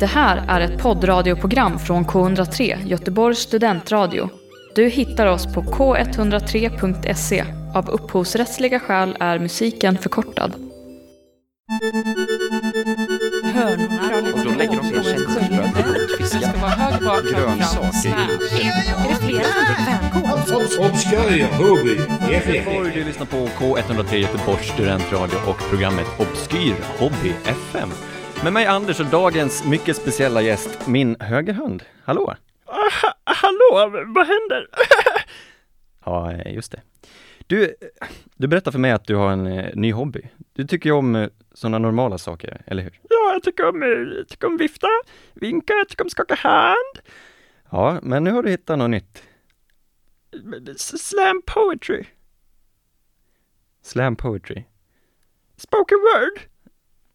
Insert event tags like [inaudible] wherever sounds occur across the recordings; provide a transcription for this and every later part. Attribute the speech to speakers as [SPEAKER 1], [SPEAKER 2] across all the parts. [SPEAKER 1] Det här är ett poddradioprogram från K103, Göteborgs studentradio. Du hittar oss på k103.se. Av upphovsrättsliga skäl är musiken förkortad.
[SPEAKER 2] Och då lägger de sina känselspröt runt fiskar. Grönsaker.
[SPEAKER 3] Obscurria Hobby FFF.
[SPEAKER 4] Du lyssnar på K103 Göteborgs studentradio och programmet Obskyr Hobby FM. Med mig Anders och dagens mycket speciella gäst, min högerhand. Hallå!
[SPEAKER 5] Ah, Hallå, vad händer? [laughs]
[SPEAKER 4] Ja, eh, just det. Du, eh, du berättade för mig att du har en eh, ny hobby. Du tycker ju om sådana normala saker, eller hur?
[SPEAKER 5] Ja, jag tycker om, eh, jag tycker om vifta, vinka, jag tycker om skaka hand,
[SPEAKER 4] Ja, men nu har du hittat något nytt.
[SPEAKER 5] s- slam poetry,
[SPEAKER 4] Slam poetry.
[SPEAKER 5] spoken word.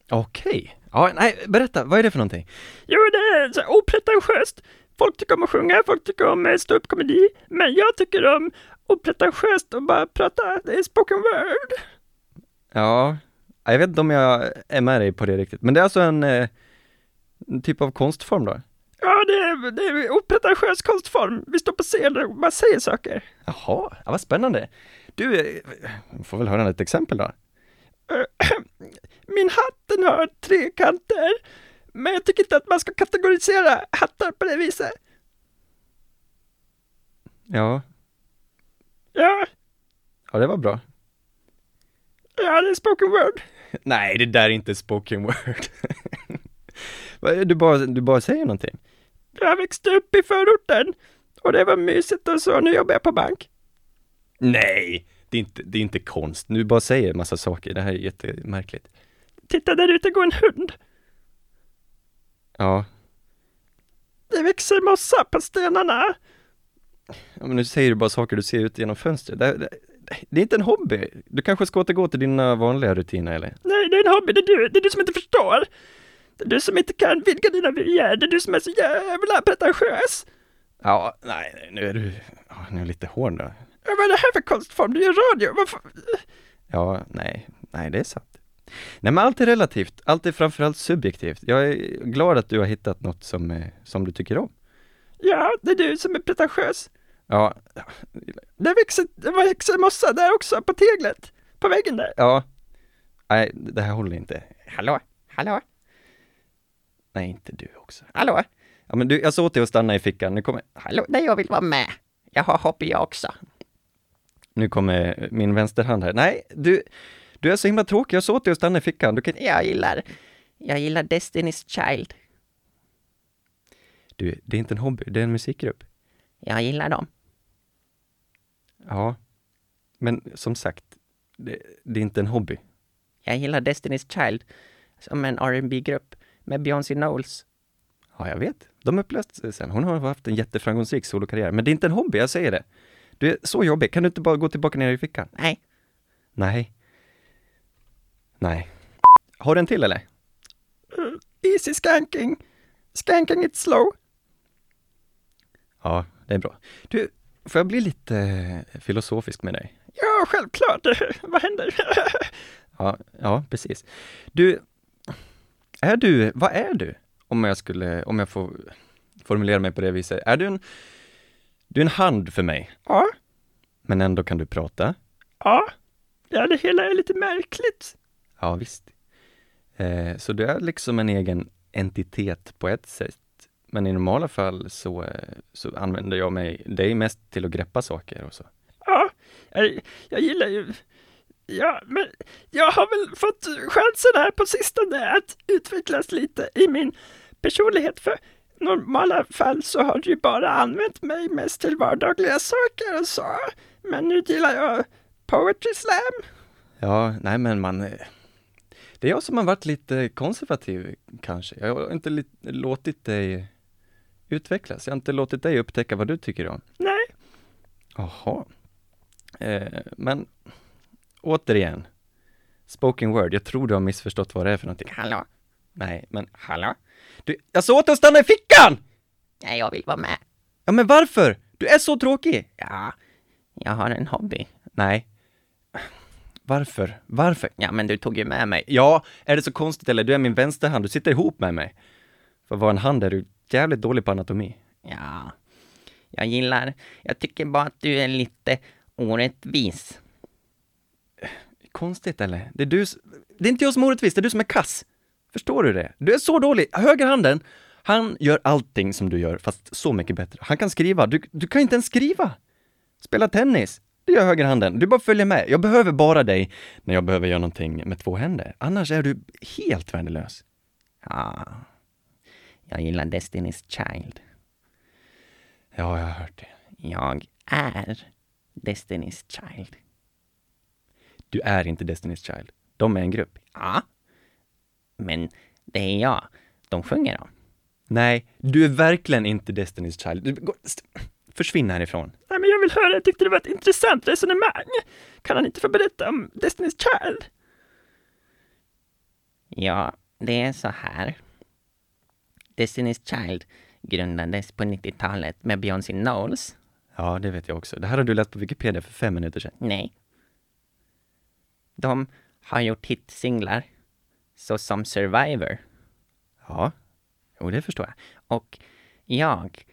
[SPEAKER 4] Okej. Ja, nej, berätta, vad är det för någonting?
[SPEAKER 5] Jo, det är så här opretentiöst. Folk tycker om att sjunga, folk tycker om eh, ståuppkomedi, men jag tycker om opretentiöst och bara prata det är spoken word.
[SPEAKER 4] Ja, jag vet inte om jag är med dig på det riktigt, men det är alltså en, eh, en typ av konstform då?
[SPEAKER 5] Ja, det är, det är opretentiös konstform. Vi står på scenen och bara säger saker.
[SPEAKER 4] Jaha, ja, vad spännande. Du, eh, får väl höra ett exempel då.
[SPEAKER 5] [clears throat] Min hatt den har tre kanter, men jag tycker inte att man ska kategorisera hattar på det viset.
[SPEAKER 4] Ja,
[SPEAKER 5] Ja,
[SPEAKER 4] ja det var bra.
[SPEAKER 5] ja det är spoken word.
[SPEAKER 4] [laughs] Nej, det där är inte spoken word. [laughs] Vad är det, du, bara, du bara säger någonting?
[SPEAKER 5] Jag växte upp i förorten och det var mysigt och så, nu jobbar jag på bank.
[SPEAKER 4] Nej, det är inte, det är inte konst. Du bara säger massa saker. Det här är jättemärkligt.
[SPEAKER 5] Titta där ute går en hund.
[SPEAKER 4] Ja,
[SPEAKER 5] Det växer mossa på stenarna.
[SPEAKER 4] ja, men nu säger du bara saker du ser ut genom fönstret. Det, det, det är inte en hobby. Du kanske ska återgå till dina vanliga rutiner eller?
[SPEAKER 5] Nej, det är en hobby, det är du, det är du som inte förstår. Det är du som inte kan vidga dina vyer, det är du som är så jävla pretentiös.
[SPEAKER 4] Ja, nej, nu är du, ja, nu är du lite hård då.
[SPEAKER 5] Ja, Vad är det här för konstform? Du gör radio, varför?
[SPEAKER 4] Ja, nej, nej det är sant. Nej men allt är relativt, allt är framförallt subjektivt. Jag är glad att du har hittat något som, eh, som du tycker om.
[SPEAKER 5] Ja, det är du som är pretentiös.
[SPEAKER 4] Ja,
[SPEAKER 5] Det växer, det växer mossa där också, på teglet. På väggen där.
[SPEAKER 4] ja. Nej, det här håller inte. Hallå, hallå? Nej, inte du också. Hallå? Ja men du, jag sa åt dig att stanna i fickan, nu kommer... Hallå? Nej, jag vill vara med. Jag har hobby jag också. Nu kommer min vänsterhand här. Nej, du, du är så himla tråkig, jag sa åt dig att stanna i fickan. Du kan... Jag gillar, jag gillar Destiny's Child. Du, det är inte en hobby, det är en musikgrupp. Jag gillar dem. Ja, men som sagt, det, det är inte en hobby. Jag gillar Destiny's Child som en rb grupp med Beyoncé Knowles. Ja, jag vet. De upplöstes sig sen. Hon har haft en jätteframgångsrik solokarriär, men det är inte en hobby, jag säger det. Du är så jobbig. Kan du inte bara gå tillbaka ner i fickan? Nej. Nej. Nej. Har du en till eller?
[SPEAKER 5] Uh, Easy skanking. Skanking it slow.
[SPEAKER 4] Ja, det är bra. Du, får jag bli lite eh, filosofisk med dig?
[SPEAKER 5] Ja, självklart. [laughs] Vad händer?
[SPEAKER 4] [laughs] Ja, ja precis. Du, är du, vad är du? Om jag skulle, om jag får formulera mig på det viset. Är du en, du är en hand för mig,
[SPEAKER 5] Ja,
[SPEAKER 4] men ändå kan du prata.
[SPEAKER 5] ja. Ja, det hela är lite märkligt.
[SPEAKER 4] Ja, visst. Eh, så du är liksom en egen entitet på ett sätt. Men i normala fall så, eh, så använder jag mig, dig mest till att greppa saker och så.
[SPEAKER 5] Ja, jag, jag gillar ju... Ja, men jag har väl fått chansen här på sistone att utvecklas lite i min personlighet. För normala fall så har du ju bara använt mig mest till vardagliga saker och så. Men nu gillar jag poetry slam.
[SPEAKER 4] Ja, nej men man... eh, Det är jag som har varit lite konservativ kanske. Jag har inte li- låtit dig utvecklas. Jag har inte låtit dig upptäcka vad du tycker om.
[SPEAKER 5] Nej,
[SPEAKER 4] Jaha. Eh, men återigen, spoken word. Jag tror du har missförstått vad det är för någonting. Hallå? Nej, men hallå? Du, jag sa åt dig att stanna i fickan! Nej, jag vill vara med. Ja, men varför? Du är så tråkig! Ja, jag har en hobby. Nej. Varför? Varför? Ja, men du tog ju med mig. Ja, är det så konstigt eller? Du är min vänsterhand, du sitter ihop med mig. För att vara en hand är du jävligt dålig på anatomi.
[SPEAKER 6] Ja, jag gillar. Jag tycker bara att du är lite orättvis.
[SPEAKER 4] Konstigt eller? Det är du s- Det är inte jag som är orättvis, det är du som är kass. Förstår du det? Du är så dålig. Högerhanden, han gör allting som du gör, fast så mycket bättre. Han kan skriva. Du, du kan inte ens skriva. Spela tennis. Det gör högerhanden. Du bara följer med. Jag behöver bara dig när jag behöver göra någonting med två händer. Annars är du helt värdelös.
[SPEAKER 6] Ja, jag gillar Destiny's Child.
[SPEAKER 4] Ja, jag har hört det.
[SPEAKER 6] Jag är Destiny's Child.
[SPEAKER 4] Du är inte Destiny's Child. De är en grupp.
[SPEAKER 6] Ja, men det är jag. De sjunger om.
[SPEAKER 4] Nej, du är verkligen inte Destiny's Child. Du, gå, st- försvinn härifrån.
[SPEAKER 5] Nej, men jag vill höra. Jag tyckte det var ett intressant resonemang. Kan han inte få berätta om Destiny's Child?
[SPEAKER 6] Ja, det är så här. Destiny's Child grundades på 90-talet med Beyoncé Knowles.
[SPEAKER 4] Ja, det vet jag också. Det här har du läst på Wikipedia för fem minuter sedan.
[SPEAKER 6] Nej. De har gjort hitsinglar, såsom Survivor.
[SPEAKER 4] Ja, jo det förstår jag.
[SPEAKER 6] Och jag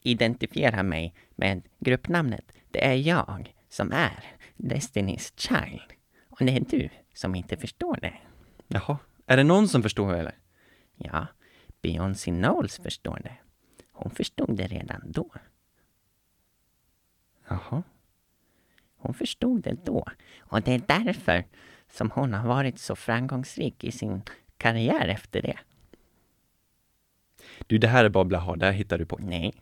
[SPEAKER 6] identifierar mig med gruppnamnet. Det är jag som är Destiny's Child. Och det är du som inte förstår det.
[SPEAKER 4] Jaha. Är det någon som förstår eller?
[SPEAKER 6] Ja, Beyoncé Knowles förstår det. Hon förstod det redan då.
[SPEAKER 4] Jaha.
[SPEAKER 6] Hon förstod det då. Och det är därför som hon har varit så framgångsrik i sin karriär efter det.
[SPEAKER 4] Du, det här är bara blaha. Det här hittar du på.
[SPEAKER 6] Nej,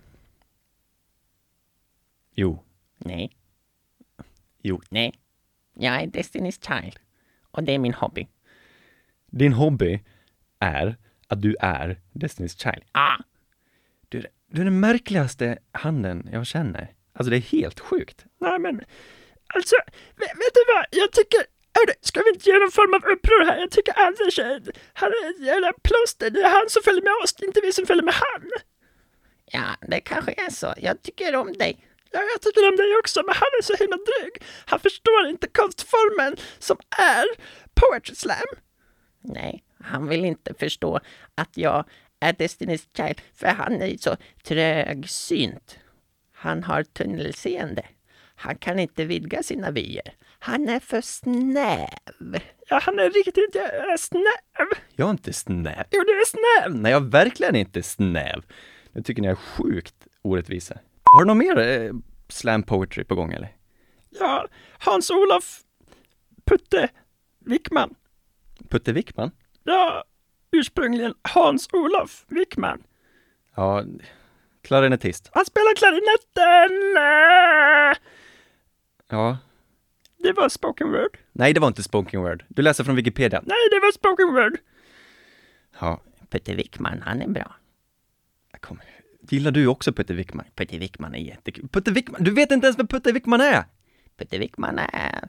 [SPEAKER 4] Jo.
[SPEAKER 6] nej,
[SPEAKER 4] Jo.
[SPEAKER 6] nej. Jag är Destiny's Child. Och det är min hobby.
[SPEAKER 4] Din hobby är att du är Destiny's Child.
[SPEAKER 6] Ah!
[SPEAKER 4] Du, är- du är den märkligaste handen jag känner. Alltså det är helt sjukt.
[SPEAKER 5] Nej, men alltså, vet, vet du vad? Jag tycker, hörru, ska vi inte göra någon form av uppror här? Jag tycker Anders är, han är ett jävla plåster. Det är han som följer med oss, det är inte vi som följer med han.
[SPEAKER 6] Ja, det kanske är så. Jag tycker om dig.
[SPEAKER 5] Ja, jag tycker om dig också, men han är så himla dryg. Han förstår inte konstformen som är poetry slam.
[SPEAKER 6] Nej, han vill inte förstå att jag är Destiny's Child, för han är ju så trögsynt. Han har tunnelseende. Han kan inte vidga sina vyer. Han är för snäv.
[SPEAKER 5] Ja, han är riktigt jävla snäv.
[SPEAKER 4] Jag är inte snäv.
[SPEAKER 5] Jo, du är snäv.
[SPEAKER 4] Nej, jag är verkligen inte snäv. Nu tycker ni jag är sjukt orättvisa. Har du något mer eh, slam poetry på gång eller?
[SPEAKER 5] Ja, Hans-Olof Putte Wickman.
[SPEAKER 4] Putte Wickman?
[SPEAKER 5] Ja, ursprungligen Hans-Olof Wickman.
[SPEAKER 4] Ja, klarinettist.
[SPEAKER 5] Han spelar klarinetten! Eh,
[SPEAKER 4] Ja.
[SPEAKER 5] Det var spoken word.
[SPEAKER 4] Nej, det var inte spoken word. Du läser från Wikipedia.
[SPEAKER 5] Nej, det var spoken word.
[SPEAKER 4] Ja,
[SPEAKER 6] Putte Wickman, han är bra.
[SPEAKER 4] jag kommer. Gillar du också Putte Wickman?
[SPEAKER 6] Putte Wickman är jätte...
[SPEAKER 4] Det- Putte Wickman? Du vet inte ens vem Putte Wickman är!
[SPEAKER 6] Putte Wickman är...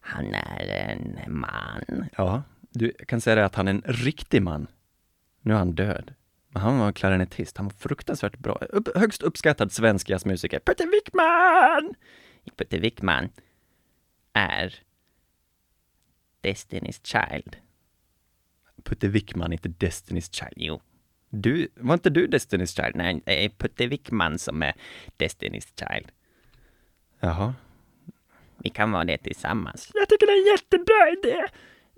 [SPEAKER 6] Han är en man.
[SPEAKER 4] Ja, du jag kan säga det att han är en riktig man. Nu är han död. Men han var klarinettist. Han var fruktansvärt bra. Upp, högst uppskattad svensk jazzmusiker.
[SPEAKER 5] Putte Wickman!
[SPEAKER 6] Putte Wickman är Destiny's Child.
[SPEAKER 4] Putte Wickman, inte Destiny's Child.
[SPEAKER 6] Jo.
[SPEAKER 4] Du, var inte du Destiny's Child?
[SPEAKER 6] Nej, det är Putte Wickman som är Destiny's Child.
[SPEAKER 4] Jaha.
[SPEAKER 6] Vi kan vara det tillsammans.
[SPEAKER 5] Jag tycker det är en jättebra idé.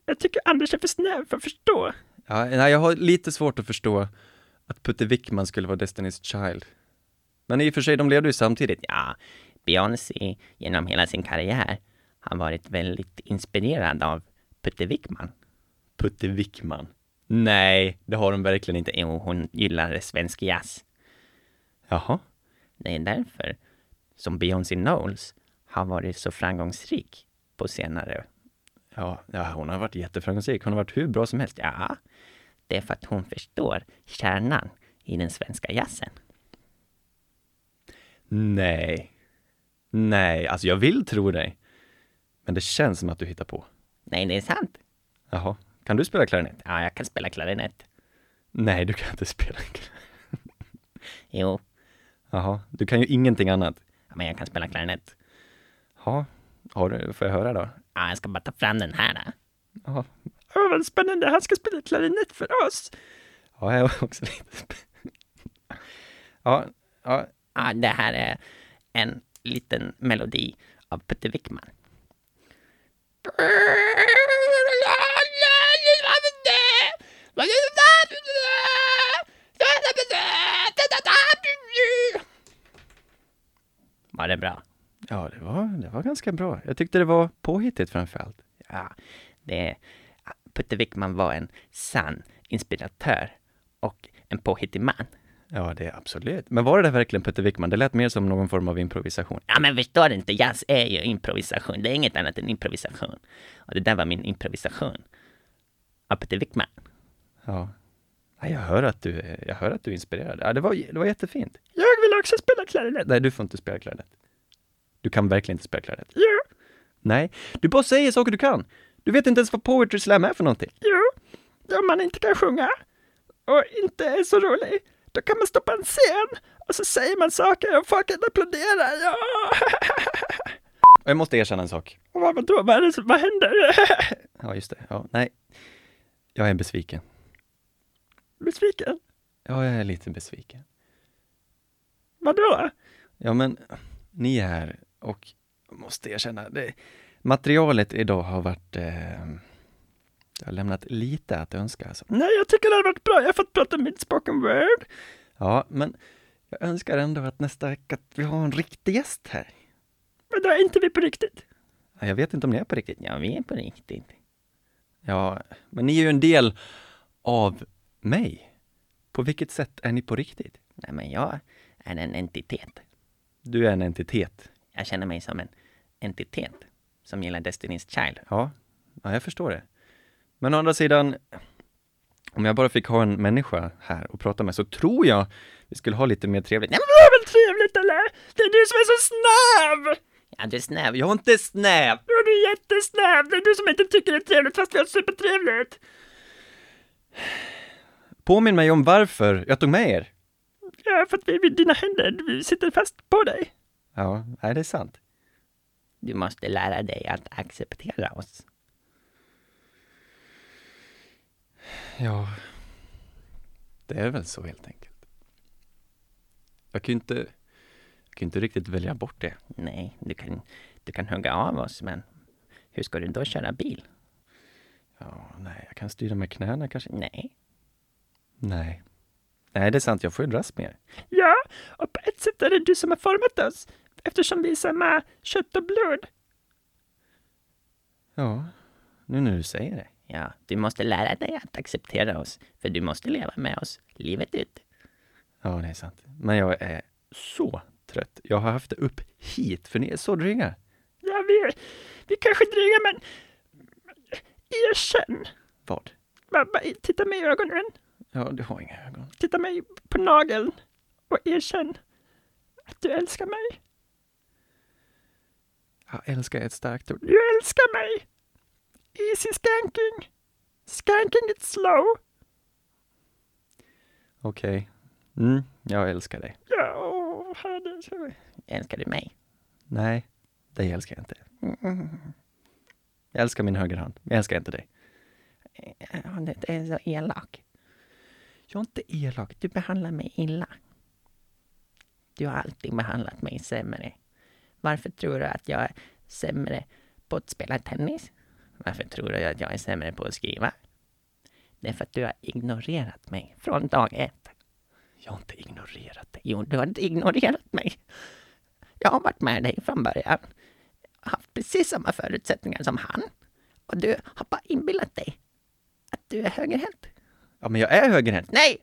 [SPEAKER 5] Jag tycker Anders är för snäv för att förstå.
[SPEAKER 4] Ja, nej, jag har lite svårt att förstå att Putte Wickman skulle vara Destiny's Child. Men i och för sig, de levde ju samtidigt.
[SPEAKER 6] Ja, Beyoncé genom hela sin karriär har varit väldigt inspirerad av Putte Wickman.
[SPEAKER 4] Putte Wickman. Nej, det har de verkligen inte.
[SPEAKER 6] Jo, hon gillar svensk jazz.
[SPEAKER 4] Jaha.
[SPEAKER 6] Det är därför som Beyoncé Knowles har varit så framgångsrik på senare.
[SPEAKER 4] Ja, ja, hon har varit jätteframgångsrik. Hon har varit hur bra som helst.
[SPEAKER 6] Ja, det är för att hon förstår kärnan i den svenska jazzen.
[SPEAKER 4] Nej. Nej, alltså jag vill tro dig. Men det känns som att du hittar på.
[SPEAKER 6] Nej, det är sant.
[SPEAKER 4] Jaha. Kan du spela klarinett?
[SPEAKER 6] Ja, jag kan spela klarinett.
[SPEAKER 4] Nej, du kan inte spela klarinett.
[SPEAKER 6] Jo,
[SPEAKER 4] Jaha. Du kan ju ingenting annat.
[SPEAKER 6] men jag kan spela klarinett.
[SPEAKER 4] Ja. Har du, får jag höra då?
[SPEAKER 6] Ja, jag ska bara ta fram den här. Då.
[SPEAKER 4] Jaha.
[SPEAKER 5] Åh, vad spännande. Han ska spela klarinett för oss.
[SPEAKER 4] Ja, jag var också lite sp- Ja, ja,
[SPEAKER 6] Ja, det här är en liten melodi av Putte Wickman. Var det bra?
[SPEAKER 4] ja det, var, det var ganska bra. Jag tyckte det var påhittigt framför allt.
[SPEAKER 6] Ja, det, Putte Wickman var en sann inspiratör och en påhittig man.
[SPEAKER 4] Ja, det är absolut. Men var det där verkligen Putte Wickman? Det lät mer som någon form av improvisation.
[SPEAKER 6] Ja men förstår du inte, jazz är ju improvisation. Det är inget annat än improvisation. Och det där var min improvisation. Av Peter Wickman.
[SPEAKER 4] Ja. ja jag, hör att du, är- jag hör att du är inspirerad. Ja, det, var, det var jättefint.
[SPEAKER 5] Jag vill också spela klarinett.
[SPEAKER 4] Nej, du får inte spela klarinett. Du kan verkligen inte spela klarinett.
[SPEAKER 5] Jo,
[SPEAKER 4] Nej, du bara säger saker du kan. Du vet inte ens vad poetry slam är för någonting.
[SPEAKER 5] jo. Om man inte kan sjunga och inte är så rolig, då kan man stå på en scen och så säger man saker och folk applåderar. Ja.
[SPEAKER 4] Och jag måste erkänna en sak.
[SPEAKER 5] Och vad, vadå, vad, är det som, vad händer?
[SPEAKER 4] Ja, just det. Ja, nej. Jag är besviken.
[SPEAKER 5] Besviken?
[SPEAKER 4] Ja, jag är lite besviken.
[SPEAKER 5] Vadå?
[SPEAKER 4] Ja, men ni är här och jag måste erkänna, det, materialet idag har varit... Eh, det har lämnat lite att önska alltså.
[SPEAKER 5] Nej, jag tycker det hade varit bra. Jag har fått prata mitt spoken word.
[SPEAKER 4] Ja, men jag önskar ändå att nästa vecka att vi har en riktig gäst här.
[SPEAKER 5] Men då är inte vi på riktigt.
[SPEAKER 4] Ja, Jag vet inte om ni är på riktigt.
[SPEAKER 6] Ja, vi är på riktigt.
[SPEAKER 4] Ja, men ni är ju en del av mig. På vilket sätt är ni på riktigt?
[SPEAKER 6] Nej men jag är en entitet.
[SPEAKER 4] Du är en entitet.
[SPEAKER 6] Jag känner mig som en entitet. Som gillar Destiny's Child.
[SPEAKER 4] Ja, ja jag förstår det. Men å andra sidan, om jag bara fick ha en människa här och prata med så tror jag vi skulle ha lite mer trevligt. Nej,
[SPEAKER 5] Men det var väl trevligt eller? Det är du som är så snäv!
[SPEAKER 6] Ja, du är snäv.
[SPEAKER 4] men jag är inte snäv!
[SPEAKER 5] Nu är du jättesnäv. Det är du som inte tycker det är trevligt fast vi har supertrevligt.
[SPEAKER 4] Påminn mig om varför jag tog med er.
[SPEAKER 5] Ja, för att vi är vid dina händer. Vi sitter fast på dig.
[SPEAKER 4] Ja, nej, det är sant.
[SPEAKER 6] Du måste lära dig att acceptera oss.
[SPEAKER 4] Ja, det är väl så helt enkelt. Jag kan ju inte, jag kan ju inte riktigt välja bort det.
[SPEAKER 6] Nej, du kan, du kan hugga av oss men hur ska du då köra bil?
[SPEAKER 4] Ja, nej, jag kan styra med knäna kanske.
[SPEAKER 6] Nej.
[SPEAKER 4] Nej. Nej, det är sant. Jag får ju dras med er.
[SPEAKER 5] Ja, och på ett sätt är det du som har format oss. Eftersom vi är samma kött och blod.
[SPEAKER 4] Ja, nu när du säger det.
[SPEAKER 6] Ja, du måste lära dig att acceptera oss, för du måste leva med oss livet ut.
[SPEAKER 4] Ja, det är sant. Men jag är så trött. Jag har haft det upp hit, för ni är så dryga.
[SPEAKER 5] Ja, vi, är- vi kanske är dryga men... Erkänn!
[SPEAKER 4] Vad?
[SPEAKER 5] Bara- bara Titta mig i ögonen.
[SPEAKER 4] Ja, du har inga ögon.
[SPEAKER 5] Titta mig på nageln och erkänn att du älskar mig.
[SPEAKER 4] Jag älskar ett starkt ord.
[SPEAKER 5] Du älskar mig! Easy skanking! Skanking it slow!
[SPEAKER 4] Okej. Mm, jag älskar dig.
[SPEAKER 5] Ja, åh, herre, så-
[SPEAKER 6] Älskar du mig? Mm,
[SPEAKER 4] Nej, dig älskar jag inte. Jag älskar min högerhand, men jag älskar inte dig.
[SPEAKER 6] Ja, det det är så elak.
[SPEAKER 4] Jag är inte elak.
[SPEAKER 6] Du behandlar mig illa. Du har alltid behandlat mig sämre. Varför tror du att jag är sämre på att spela tennis? Varför tror du att jag är sämre på att skriva? Det är för att du har ignorerat mig från dag ett.
[SPEAKER 4] Jag har inte ignorerat dig.
[SPEAKER 6] Jo, du har inte ignorerat mig. Jag har varit med dig från början. Haft precis samma förutsättningar som han. Och du har bara inbillat dig att du är högerhänt.
[SPEAKER 4] Ja, men jag är högerhänt.
[SPEAKER 6] Nej!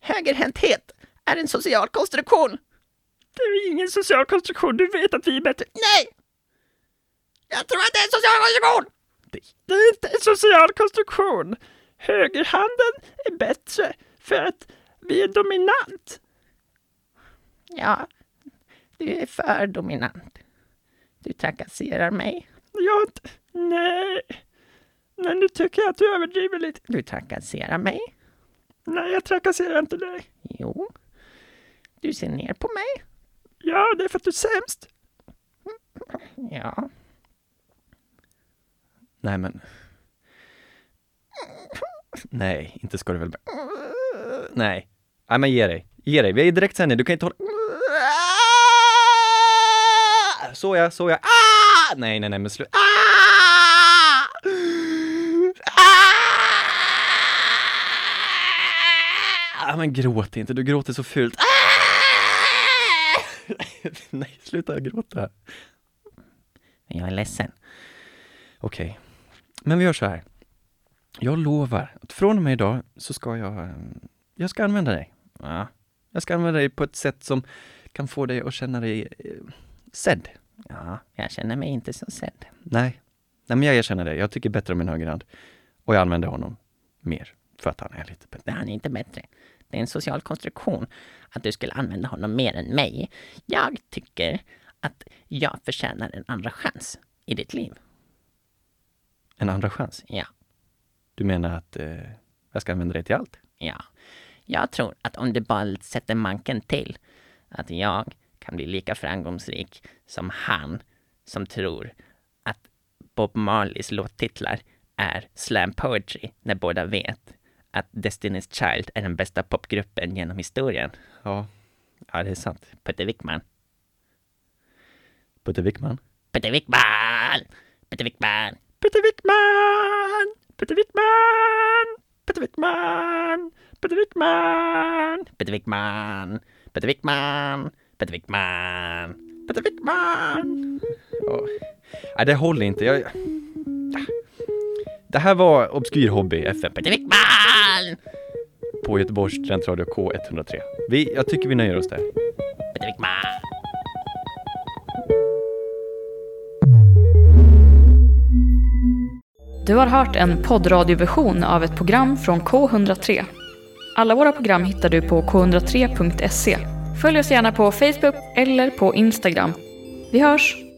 [SPEAKER 6] Högerhänthet är en social konstruktion.
[SPEAKER 5] Det är ingen social konstruktion, du vet att vi är bättre.
[SPEAKER 6] Nej! Jag tror att det är en social konstruktion!
[SPEAKER 5] Det är inte en social konstruktion! Högerhanden är bättre för att vi är dominant.
[SPEAKER 6] Ja, du är för dominant. Du trakasserar mig.
[SPEAKER 5] Jag har inte... Nej. Nej, nu tycker jag att du överdriver lite.
[SPEAKER 6] Du trakasserar mig.
[SPEAKER 5] Nej, jag trakasserar inte dig.
[SPEAKER 6] Jo. Du ser ner på mig.
[SPEAKER 5] Ja, det är för att du är sämst.
[SPEAKER 6] Ja.
[SPEAKER 4] Nej, men... Nej, inte ska du väl... Nej. Nej, men ge dig. Ge dig. Vi är i direktsändning. Du kan inte hålla... Så ja, så ja. Ah! Nej, nej, nej, men sluta. Ah! Ah! Ah, men gråt inte. Du gråter så fult. Ah! [laughs] nej, sluta gråta.
[SPEAKER 6] Jag är ledsen.
[SPEAKER 4] Okej. Men vi gör så här. Jag lovar att från och med idag så ska jag... eh, Jag ska använda dig. Ja. Jag ska använda dig på ett sätt som kan få dig att känna dig eh, sedd.
[SPEAKER 6] Ja, jag känner mig inte så sedd.
[SPEAKER 4] Nej. Nej, men jag erkänner det. Jag tycker bättre om min högerhand. Och jag använder honom mer, för att han är lite bättre.
[SPEAKER 6] Det är han inte bättre. Det är en social konstruktion att du skulle använda honom mer än mig. Jag tycker att jag förtjänar en andra chans i ditt liv.
[SPEAKER 4] En andra chans.
[SPEAKER 6] Ja,
[SPEAKER 4] Du menar att eh, jag ska använda dig till allt?
[SPEAKER 6] ja. Jag tror att om du bara sätter manken till, att jag kan bli lika framgångsrik som han som tror att Bob Marleys låttitlar är slam poetry, när båda vet att Destiny's Child är den bästa popgruppen genom historien.
[SPEAKER 4] Ja. Ja, det är sant.
[SPEAKER 6] Putte Wickman.
[SPEAKER 4] Putte Wickman?
[SPEAKER 6] Putte Wickman! Putte Wickman!
[SPEAKER 5] Peter Wickman! Peter Wickman! Peter Wickman! Peter Wickman!
[SPEAKER 6] Peter Wickman! Peter Wickman! Peter Wickman!
[SPEAKER 5] Peter Wickman!
[SPEAKER 4] Nej, det håller inte. Jag... Det här var Obskyr Hobby FM
[SPEAKER 6] Peter Wickman!
[SPEAKER 4] på Göteborgs Studentradio K103. Vi, jag tycker vi nöjer oss där.
[SPEAKER 6] Peter Wickman!
[SPEAKER 1] Du har hört en poddradioversion av ett program från K103. Alla våra program hittar du på k103.se. Följ oss gärna på Facebook eller på Instagram. Vi hörs!